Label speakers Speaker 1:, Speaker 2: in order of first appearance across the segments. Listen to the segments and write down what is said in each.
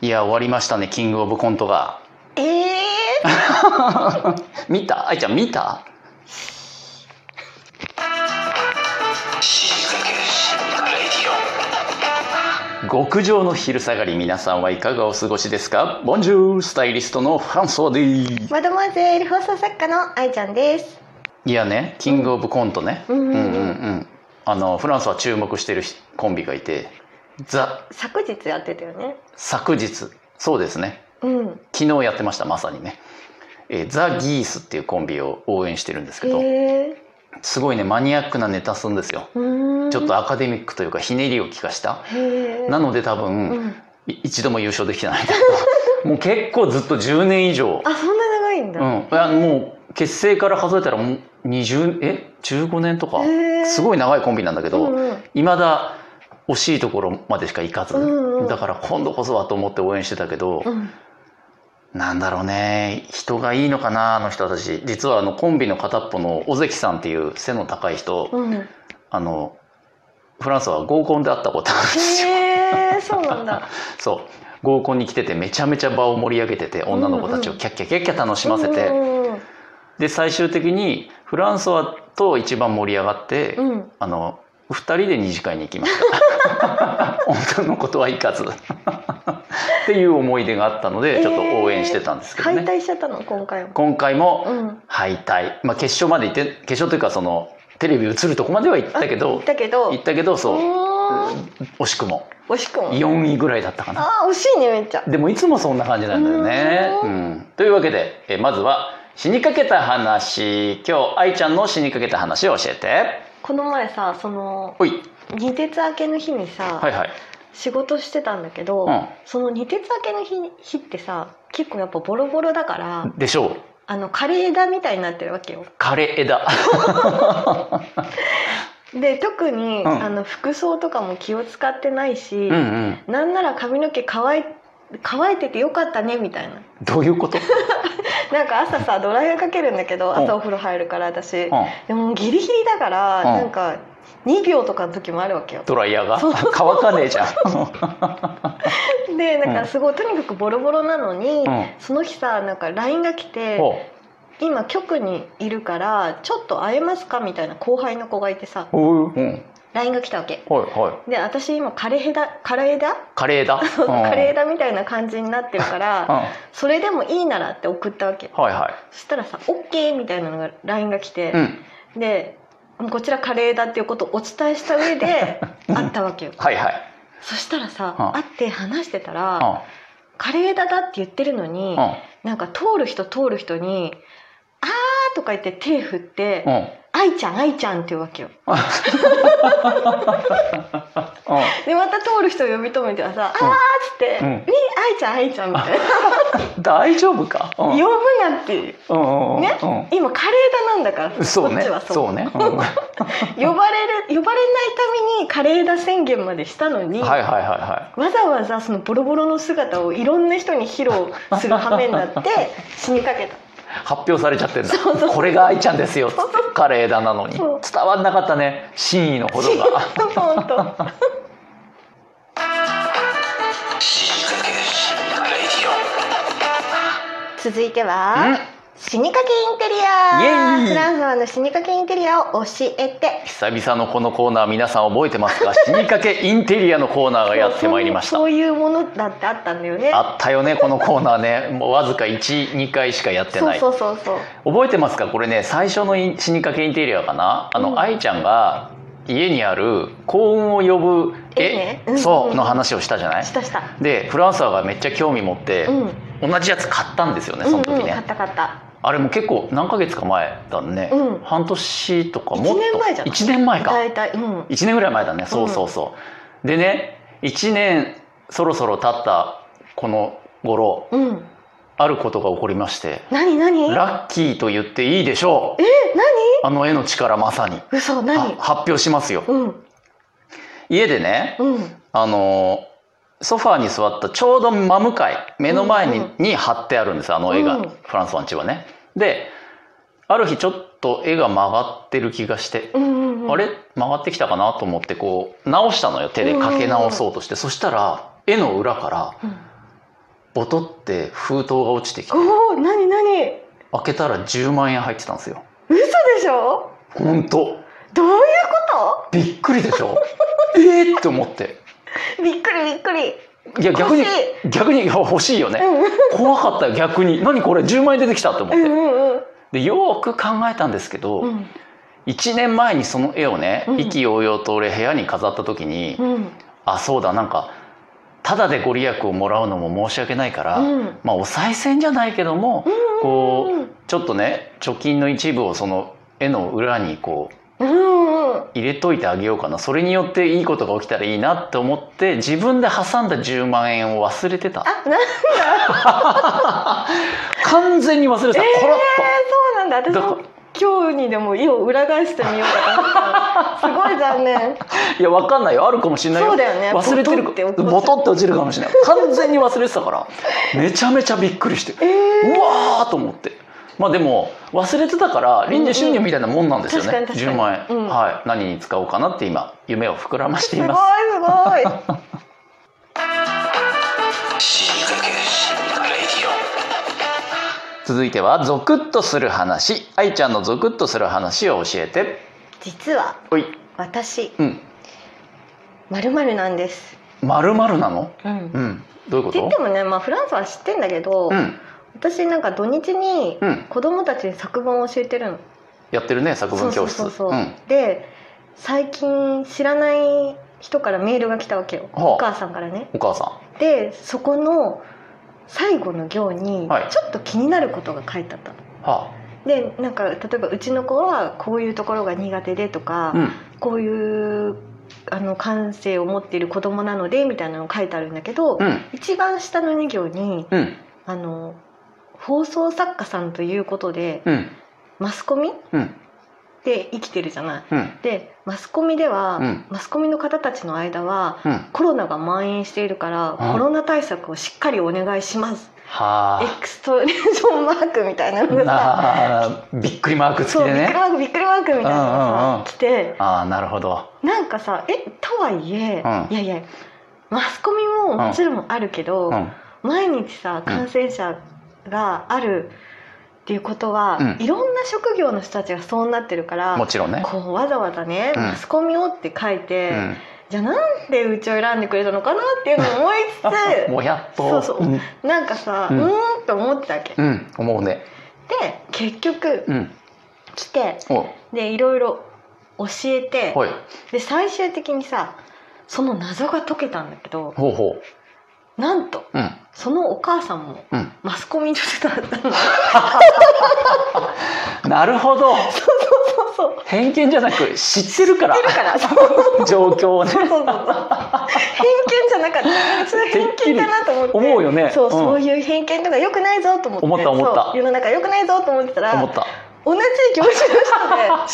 Speaker 1: いや終わりましたねキングオブコントが
Speaker 2: ええ
Speaker 1: 見た愛ちゃん見た極上の昼下がり皆さんはいかがお過ごしですかボンジュールスタイリストのフランソワです
Speaker 2: マドモアゼル放送作家の愛ちゃんです
Speaker 1: いやねキングオブコントね、
Speaker 2: うんうんうん
Speaker 1: あのフランスは注目してるひコンビがいてザ
Speaker 2: 昨日やってたよね
Speaker 1: 昨日そうですね
Speaker 2: うん
Speaker 1: 昨日やってましたまさにね、えーザ・ギースっていうコンビを応援してるんですけど、
Speaker 2: ええ
Speaker 1: すごいねマニアックなネタするんですよ
Speaker 2: うーん
Speaker 1: ちょっとアカデミックというかひねりを聞かした
Speaker 2: へえ
Speaker 1: なので多分、
Speaker 2: うん
Speaker 1: い一度も優勝できてないん だけどもう結構ずっと10年以上
Speaker 2: あそんな長いん
Speaker 1: う
Speaker 2: だ、
Speaker 1: んいやもう結成から数えたらもう20え15年とか
Speaker 2: へー
Speaker 1: すごい長いコンビなんだけど、
Speaker 2: うんうん
Speaker 1: いまだ惜しいところまでしか行かず、
Speaker 2: うんうん
Speaker 1: だから今度こそはと思って応援してたけど、
Speaker 2: うん
Speaker 1: なんだろうね人がいいのかなあの人たち実はあのコンビの片っぽの尾関さんっていう背の高い人、
Speaker 2: うんへ
Speaker 1: あのフランスは合コンで会ったことあるんですよ。
Speaker 2: えそうなんだ
Speaker 1: そう合コンに来ててめちゃめちゃ場を盛り上げてて女の子たちをキャッキャキャッキャ楽しませて、
Speaker 2: うんうん
Speaker 1: で最終的にフランソワと一番盛り上がって、
Speaker 2: うんうん
Speaker 1: あの2人で二次会に行きました 女のことは行かず っていう思い出があったのでちょっと応援してたんですけど
Speaker 2: 解
Speaker 1: ね、
Speaker 2: 体しちゃったの今回も
Speaker 1: 今回も
Speaker 2: うん
Speaker 1: 敗退、まあ、決勝まで行って決勝というかそのテレビ映るとこまでは行ったけど
Speaker 2: だけど
Speaker 1: 行ったけどそう
Speaker 2: うーん
Speaker 1: 惜しくも
Speaker 2: 惜しくも
Speaker 1: 4位ぐらいだったかな
Speaker 2: あー惜しいねめっちゃ
Speaker 1: でもいつもそんな感じなんだよね。
Speaker 2: う
Speaker 1: うん、というわけでえまずは死にかけた話今日愛ちゃんの死にかけた話を教えて。
Speaker 2: この前さその
Speaker 1: ほい
Speaker 2: 二鉄明けの日にさ、
Speaker 1: はいはい。
Speaker 2: 仕事してたんだけど、
Speaker 1: う
Speaker 2: その二鉄明けの日日ってさ結構やっぱボロボロだから、
Speaker 1: ん、でしょう
Speaker 2: あの枯れ枝みたいになってるわけよ
Speaker 1: 枯れ枝。
Speaker 2: で特に、
Speaker 1: うん
Speaker 2: あの服装とかも気を使ってないし、
Speaker 1: うんうん。
Speaker 2: なんなら髪の毛乾い乾いててよかったねみたいな
Speaker 1: どういう こと？
Speaker 2: なんか朝さドライヤーかけるんだけど
Speaker 1: ん
Speaker 2: 朝お風呂入るから私、
Speaker 1: うん、
Speaker 2: でもギリギリだから、
Speaker 1: ん
Speaker 2: なんか2秒とかの時もあるわけよ
Speaker 1: ドライヤーが乾かねえじゃん。
Speaker 2: でなんかすごいとにかくボロボロなのに、
Speaker 1: うん
Speaker 2: その日さなんか LINE が来て
Speaker 1: おう
Speaker 2: 「今局にいるからちょっと会えますか?」みたいな後輩の子がいてさ
Speaker 1: おう。うん。
Speaker 2: LINE が来たわけ
Speaker 1: はいはい。
Speaker 2: で私今枯れ枝枯れ枝
Speaker 1: 枯れ枝。
Speaker 2: そう枯れ
Speaker 1: 枝。
Speaker 2: 枝みたいな感じになってるか
Speaker 1: うん。
Speaker 2: ら
Speaker 1: は
Speaker 2: それでもいいならって送ったわけ
Speaker 1: いは
Speaker 2: そしたらさ「OK」みたいなのが LINE が来
Speaker 1: い。う
Speaker 2: て、
Speaker 1: ん。
Speaker 2: でこちらカレーだっていうことをお伝えした 上で会ったわけよ
Speaker 1: はいはい。
Speaker 2: そしたらさ、
Speaker 1: うん
Speaker 2: 会って話してた
Speaker 1: う
Speaker 2: ら
Speaker 1: ん
Speaker 2: 「カレーだだ」って言ってるのに、
Speaker 1: う
Speaker 2: なんか通る人通る人に「あー」とか言って手振って
Speaker 1: んうん。
Speaker 2: 「愛ちゃん愛ちゃん」って言うわけよ
Speaker 1: う
Speaker 2: でまた通る人を呼び止めてはさ「あー」っつって
Speaker 1: う
Speaker 2: 「
Speaker 1: ん
Speaker 2: み愛ちゃん愛ちゃん」みたい
Speaker 1: ん。
Speaker 2: な
Speaker 1: 大丈夫か？うん。
Speaker 2: 呼ぶなっていう
Speaker 1: うんうんうん。
Speaker 2: ね
Speaker 1: うん
Speaker 2: 今カレーだなんだから
Speaker 1: そう
Speaker 2: こっ
Speaker 1: ね
Speaker 2: ちは。そう
Speaker 1: そうね。うん
Speaker 2: 呼ばれる呼ばれないためにカレーだ宣言までしたのに、
Speaker 1: はいはいはいは
Speaker 2: わざわざそのボロボロの姿をいろんな人に披露する羽目になって死にかけた
Speaker 1: い発表されちゃってんだ
Speaker 2: そうそう
Speaker 1: これが愛ちゃんですよカレー枝なのに伝
Speaker 2: そう
Speaker 1: わんなかったね真意のほ どが
Speaker 2: 本当 続いては死にかけインテリ
Speaker 1: イエ
Speaker 2: ア
Speaker 1: イ
Speaker 2: フランスワの死にかけインテリアを教えて
Speaker 1: 久々のこのコーナー皆さん覚えてますか死にかけインテリアのコーナーがやってまいりました
Speaker 2: そうそういうものだってあったんだよね
Speaker 1: あったよねこのコーナーねもうわずか12回しかやってない
Speaker 2: そうそうそうそう
Speaker 1: 覚えてますかこれね最初のイン死にかけインテリアかなあの、
Speaker 2: うん
Speaker 1: 愛ちゃんが家にある幸運を呼ぶ
Speaker 2: 絵ねうん
Speaker 1: そうの話をしたじゃない
Speaker 2: したした
Speaker 1: でフランスがめっちゃ興味持って
Speaker 2: う、ん、
Speaker 1: 同じやつ買ったんですよねその時ね、
Speaker 2: うんうん、買った買った
Speaker 1: あれも結構何ヶ月か前だね、
Speaker 2: うん
Speaker 1: 半年とかもっと
Speaker 2: 一年前じゃない
Speaker 1: 1年前か
Speaker 2: 大体うん
Speaker 1: 1年ぐらい前だねそうそうそう、でね1年そろそろ経ったこの頃
Speaker 2: うん
Speaker 1: あることが起こりまして
Speaker 2: 何何
Speaker 1: ラッキーと言っていいでしょう
Speaker 2: え何
Speaker 1: あの絵の力まさに
Speaker 2: 嘘
Speaker 1: は
Speaker 2: 何
Speaker 1: 発表しますよ
Speaker 2: うん
Speaker 1: 家でね
Speaker 2: うん
Speaker 1: あのソファーに座ったちょうど真向かい目の前に,、
Speaker 2: うんうん
Speaker 1: に貼ってあるんですあの絵が、
Speaker 2: うん
Speaker 1: フランスワンチはねである日ちょっと絵が曲がってる気がして
Speaker 2: うんうんうん
Speaker 1: あれ曲がってきたかなと思ってこう直したのよ手でかけ直そうとして、そしたら絵の裏から
Speaker 2: うん
Speaker 1: ボトって封筒が落ちてきて
Speaker 2: おお何何
Speaker 1: 開けたら10万円入ってたんですよ
Speaker 2: 嘘でしょ
Speaker 1: 本当
Speaker 2: どういうこ
Speaker 1: びっくりでし ょえーって思って
Speaker 2: とびっくりびっくり
Speaker 1: いや逆に
Speaker 2: 欲し
Speaker 1: 逆にいや欲しいよね
Speaker 2: うん
Speaker 1: 怖かったよ逆に何これ10万円出てきたと思っ
Speaker 2: うん
Speaker 1: て
Speaker 2: うん
Speaker 1: でよーく考えたんですけど、
Speaker 2: うん
Speaker 1: 1年前にその絵をね
Speaker 2: うん
Speaker 1: 意気揚々と俺部屋に飾った時に、
Speaker 2: うん
Speaker 1: あそうだなんかただでご利益をもらうのも申し訳ないから、
Speaker 2: うん
Speaker 1: まあお賽銭じゃないけども、こ
Speaker 2: う
Speaker 1: うんちょっとね貯金の一部をその絵の裏にこう
Speaker 2: うんうん
Speaker 1: 入れといてあげようかなそれによっていいことが起きたらいいなって思って自分で挟んだ10万円を忘れてた
Speaker 2: あなんえ
Speaker 1: 完全に忘れてたコロッ
Speaker 2: そうなんだ
Speaker 1: と
Speaker 2: 私
Speaker 1: だか
Speaker 2: も今日にでも意を裏返してみようかと思ったすごい 残念
Speaker 1: らいやわかんないよあるかもしれないよ
Speaker 2: そうだよね
Speaker 1: 忘れてる
Speaker 2: ボトンって落ちる
Speaker 1: ボトンって落ちるかもしれない完全に忘れてたからめちゃめちゃびっくりして
Speaker 2: えー
Speaker 1: うわーと思ってまあでも忘れてたから臨時収入みたいなもんなんですよね、
Speaker 2: うんうん確かに
Speaker 1: 10万円、
Speaker 2: うん
Speaker 1: はい何に使おうかなって今夢を膨らまし
Speaker 2: す
Speaker 1: て
Speaker 2: ご
Speaker 1: い
Speaker 2: いす
Speaker 1: ます
Speaker 2: ごい
Speaker 1: 続いてはゾクッとする話愛ちゃんのゾクッとする話を教えて
Speaker 2: 実は
Speaker 1: おい
Speaker 2: 私
Speaker 1: うん
Speaker 2: まるまるなんです、
Speaker 1: まるまるなの
Speaker 2: うん
Speaker 1: う
Speaker 2: っ
Speaker 1: んどういうこ
Speaker 2: て言って
Speaker 1: と
Speaker 2: もね、まあ、フランスは知ってんだけど、
Speaker 1: うん
Speaker 2: 私なんか土日に
Speaker 1: うん
Speaker 2: 子供たちに作文を教えてるの、
Speaker 1: やってるね作
Speaker 2: そ
Speaker 1: 文
Speaker 2: うそ
Speaker 1: 教
Speaker 2: う
Speaker 1: 室
Speaker 2: そうそう、
Speaker 1: ん
Speaker 2: で最近知らない人からメールが来たわけよ、
Speaker 1: はあ
Speaker 2: お母さんからね
Speaker 1: お母さ
Speaker 2: でそこの最後の行に
Speaker 1: はい
Speaker 2: ちょっと気になることが書いてあったの、
Speaker 1: んは
Speaker 2: でなんか例えばうちの子はこういうところが苦手でとか、
Speaker 1: あうん
Speaker 2: こういうあの感性を持っている子供なのでみたいなの書いてあるんだけど、
Speaker 1: うん
Speaker 2: 一番下の2行に
Speaker 1: うん
Speaker 2: あの放送作家さんということで
Speaker 1: うん
Speaker 2: マスコミ
Speaker 1: うん
Speaker 2: で生きてるじゃない。
Speaker 1: うん
Speaker 2: でマスコミでは、
Speaker 1: うん
Speaker 2: マスコミの方たちの間は
Speaker 1: うん
Speaker 2: コロナが蔓延しているから、
Speaker 1: はい
Speaker 2: コロナ対策をしっかりお願いしますエ
Speaker 1: は
Speaker 2: クストレーションマークみたいなの
Speaker 1: あ
Speaker 2: がさ
Speaker 1: なあびっくりマーク付
Speaker 2: そ
Speaker 1: き
Speaker 2: う、
Speaker 1: で
Speaker 2: びっ
Speaker 1: ね
Speaker 2: くりマークびっくりマークみたいな
Speaker 1: うん
Speaker 2: の
Speaker 1: うんう
Speaker 2: が
Speaker 1: ん
Speaker 2: さ来て
Speaker 1: ああなるほど
Speaker 2: なんかさえとはいえ、
Speaker 1: うん
Speaker 2: いやいやマスコミももちろんあるけど、
Speaker 1: うん
Speaker 2: 毎日さ感染者があるっていうことは、
Speaker 1: うん
Speaker 2: いろんな職業の人たちがそうなってるから、
Speaker 1: もちろんね
Speaker 2: こうわざわざね、
Speaker 1: うん
Speaker 2: マスコミをって書いうて、
Speaker 1: ん
Speaker 2: じゃあなんでうちを選んでくれたのかなっていうのを思い つ
Speaker 1: もやっと
Speaker 2: そうそう
Speaker 1: うん
Speaker 2: つなんかさ、
Speaker 1: う
Speaker 2: うんん、ーんと思ってたわけ、
Speaker 1: うん思うね
Speaker 2: で結局
Speaker 1: うん
Speaker 2: 来て
Speaker 1: お
Speaker 2: でいろいろ教えて
Speaker 1: ほい
Speaker 2: で最終的にさその謎が解けたんだけど
Speaker 1: ほうほ
Speaker 2: なんと
Speaker 1: ううん
Speaker 2: そのお母さんも
Speaker 1: うん
Speaker 2: マスコミに出てたそう
Speaker 1: なるほど
Speaker 2: そうそう
Speaker 1: 偏見じゃなく知ってるから
Speaker 2: 出るからそうそう
Speaker 1: 状況をね
Speaker 2: そうそう偏見じゃな かったそれ偏見だなと思って
Speaker 1: 思うよね
Speaker 2: そう、
Speaker 1: ん
Speaker 2: そういう偏見とか良くないぞと思って
Speaker 1: 思った思った
Speaker 2: そう世の中良くないぞと思ってたら
Speaker 1: 思 った
Speaker 2: 同じ気持ちの人 で知ってるからこ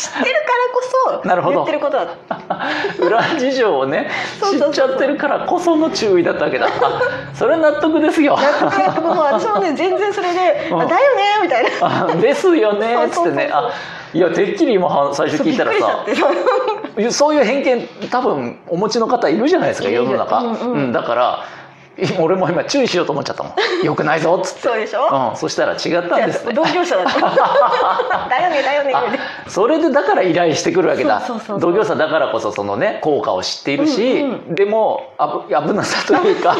Speaker 2: そ
Speaker 1: なるほど
Speaker 2: 言ってることだった
Speaker 1: 裏事情をね
Speaker 2: そう
Speaker 1: 知
Speaker 2: そ
Speaker 1: っ
Speaker 2: う
Speaker 1: ち
Speaker 2: そう
Speaker 1: ゃってるからこその注意だったわけだあそれは納得ですよ
Speaker 2: 納得納得もう私もね全然それで「
Speaker 1: うん
Speaker 2: あだよね」みたいな
Speaker 1: あですよねつってね
Speaker 2: そうそうそうそう
Speaker 1: あいやてっきり今は最初
Speaker 2: そう
Speaker 1: 聞い
Speaker 2: びったく
Speaker 1: ら
Speaker 2: りしちゃ
Speaker 1: さ
Speaker 2: ってそう
Speaker 1: そういう偏見多分お持ちの方いるじゃないですか
Speaker 2: いる
Speaker 1: 世の中、
Speaker 2: うんうん
Speaker 1: だからい俺も今注意しようと思っちゃ ったもんよくないぞっつって、
Speaker 2: そうでしょ、
Speaker 1: うん、そしたら違ったんですね
Speaker 2: 同業者だっただよねだよねみたいな
Speaker 1: あ それでだから依頼してくるわけだ
Speaker 2: そうそうそうそう
Speaker 1: 同業者だからこそそのね効果を知っているし、
Speaker 2: うん
Speaker 1: でもあぶ危なさという か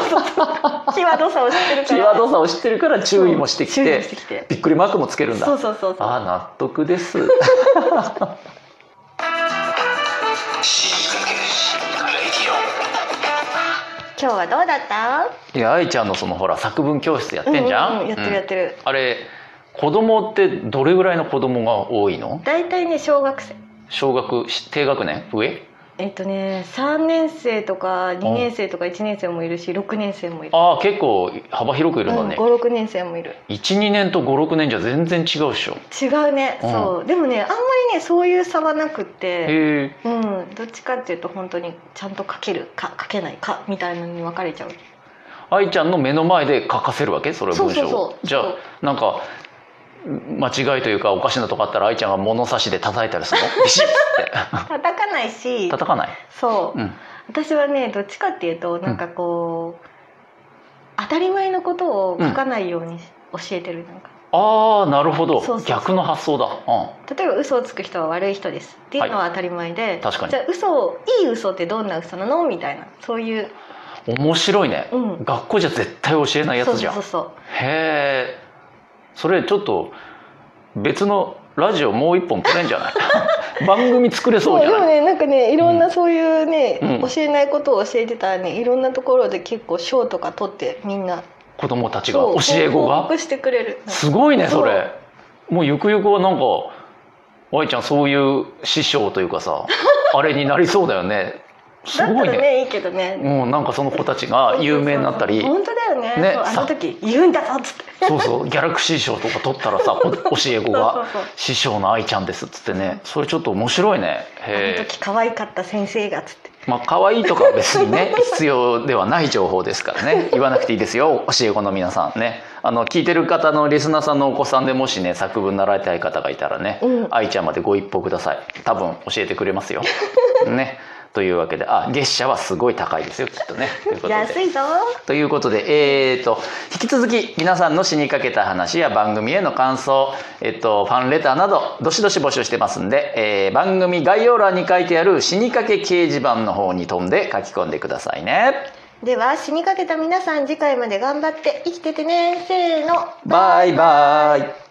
Speaker 2: 際どさを知ってるか
Speaker 1: キ
Speaker 2: ら
Speaker 1: ーワード差を知ってるから注意もしてき
Speaker 2: そう注意も
Speaker 1: て
Speaker 2: してきて
Speaker 1: びっくりマークもつけるんだ
Speaker 2: そうそうそうそう
Speaker 1: ああ納得です
Speaker 2: 今日はどうだった
Speaker 1: いや愛ちゃんのそのほら作文教室やってんじゃん,、
Speaker 2: うううやってるやってる、
Speaker 1: あれ子供ってどれぐらいの子供が多いの
Speaker 2: 大体ね小学生
Speaker 1: 小学し低学年上
Speaker 2: えっとね3年生とか2年生とか1年生もいるし6年生もいる
Speaker 1: ああ結構幅広くいるんだね、
Speaker 2: うん、56年生もいる
Speaker 1: 12年と56年じゃ全然違うっしょ
Speaker 2: 違うね、
Speaker 1: うん
Speaker 2: そうでもねあんまりねそういう差はなくっ
Speaker 1: へ
Speaker 2: て、
Speaker 1: え
Speaker 2: うん、どっちかっていうと本当にちゃんと書けるか書けないかみたいなのに分かれちゃう
Speaker 1: 愛ちゃんの目の前で書かせるわけそれ文章を
Speaker 2: そうそうそう
Speaker 1: じゃあなんか間違いというかおかしなとこあったら愛ちゃんが物差しで叩いたりするのビシッって
Speaker 2: 叩かない し
Speaker 1: 叩かない
Speaker 2: そう
Speaker 1: うん
Speaker 2: 私はねどっちかっていうとなんかこう、当たり前のことを書かないように教えてるなんか、
Speaker 1: ああなるほど
Speaker 2: そうそうそう
Speaker 1: 逆の発想だ、う
Speaker 2: 例えば嘘をつく人は悪い人ですっていうのは当たり前で、
Speaker 1: ん、確か
Speaker 2: じゃあ嘘をいい嘘ってどんな嘘なのみたいなそういう、
Speaker 1: に面白いね、
Speaker 2: うん、
Speaker 1: 学校じゃ絶対教えないや
Speaker 2: そう
Speaker 1: つじ
Speaker 2: そ
Speaker 1: ゃ
Speaker 2: うんそうそう
Speaker 1: へえそれちょっと別のラジオもう一本取れんじゃない 番組作れそうじ
Speaker 2: そう
Speaker 1: ゃ
Speaker 2: でも
Speaker 1: ない
Speaker 2: ねなんかねいろん
Speaker 1: う
Speaker 2: なそういうね、
Speaker 1: うん
Speaker 2: 教えないことを教えてたらねいろんなところで結構賞とか取ってみんな
Speaker 1: 子供たちが
Speaker 2: そ
Speaker 1: 教
Speaker 2: う
Speaker 1: え子
Speaker 2: 報
Speaker 1: が
Speaker 2: 告してくれる
Speaker 1: すごいね
Speaker 2: そう
Speaker 1: それもうゆくゆくはなんか愛ちゃんそういう師匠というか さあれになりそうだよねす
Speaker 2: だった
Speaker 1: ごい
Speaker 2: ら
Speaker 1: ね
Speaker 2: ねいいけどね
Speaker 1: もうなんかその子たちが有名になったり
Speaker 2: そうそうそう本当だよね
Speaker 1: ね
Speaker 2: そうあ
Speaker 1: さ
Speaker 2: の時言うんだぞっつって
Speaker 1: そうそうギャラクシー賞とか取ったらさこ教え子が
Speaker 2: そうそうそう
Speaker 1: 「師匠の愛ちゃんです」っつってねそれちょっと面白いね
Speaker 2: あの
Speaker 1: へえ
Speaker 2: 時可愛かった先生がっつって
Speaker 1: まあ可愛いとかは別に ね必要ではない情報ですからね言わなくていいですよ教え子の皆さんねあの聞いてる方のリスナーさんのお子さんでもしね作文習いたい方がいたらね
Speaker 2: うん
Speaker 1: 愛ちゃんまでご一報ください多分教えてくれますよねというわけであ月謝はすごい高いですよきっとねということで
Speaker 2: 安いぞ
Speaker 1: ということで、えー、と引き続き皆さんの死にかけた話や番組への感想、えっとファンレターなどどしどし募集してますんで、えー番組概要欄に書いてある死にかけ掲示板の方に飛んで書き込んでくださいね。
Speaker 2: では死にかけた皆さん次回まで頑張って生きててねせーの
Speaker 1: バイバイ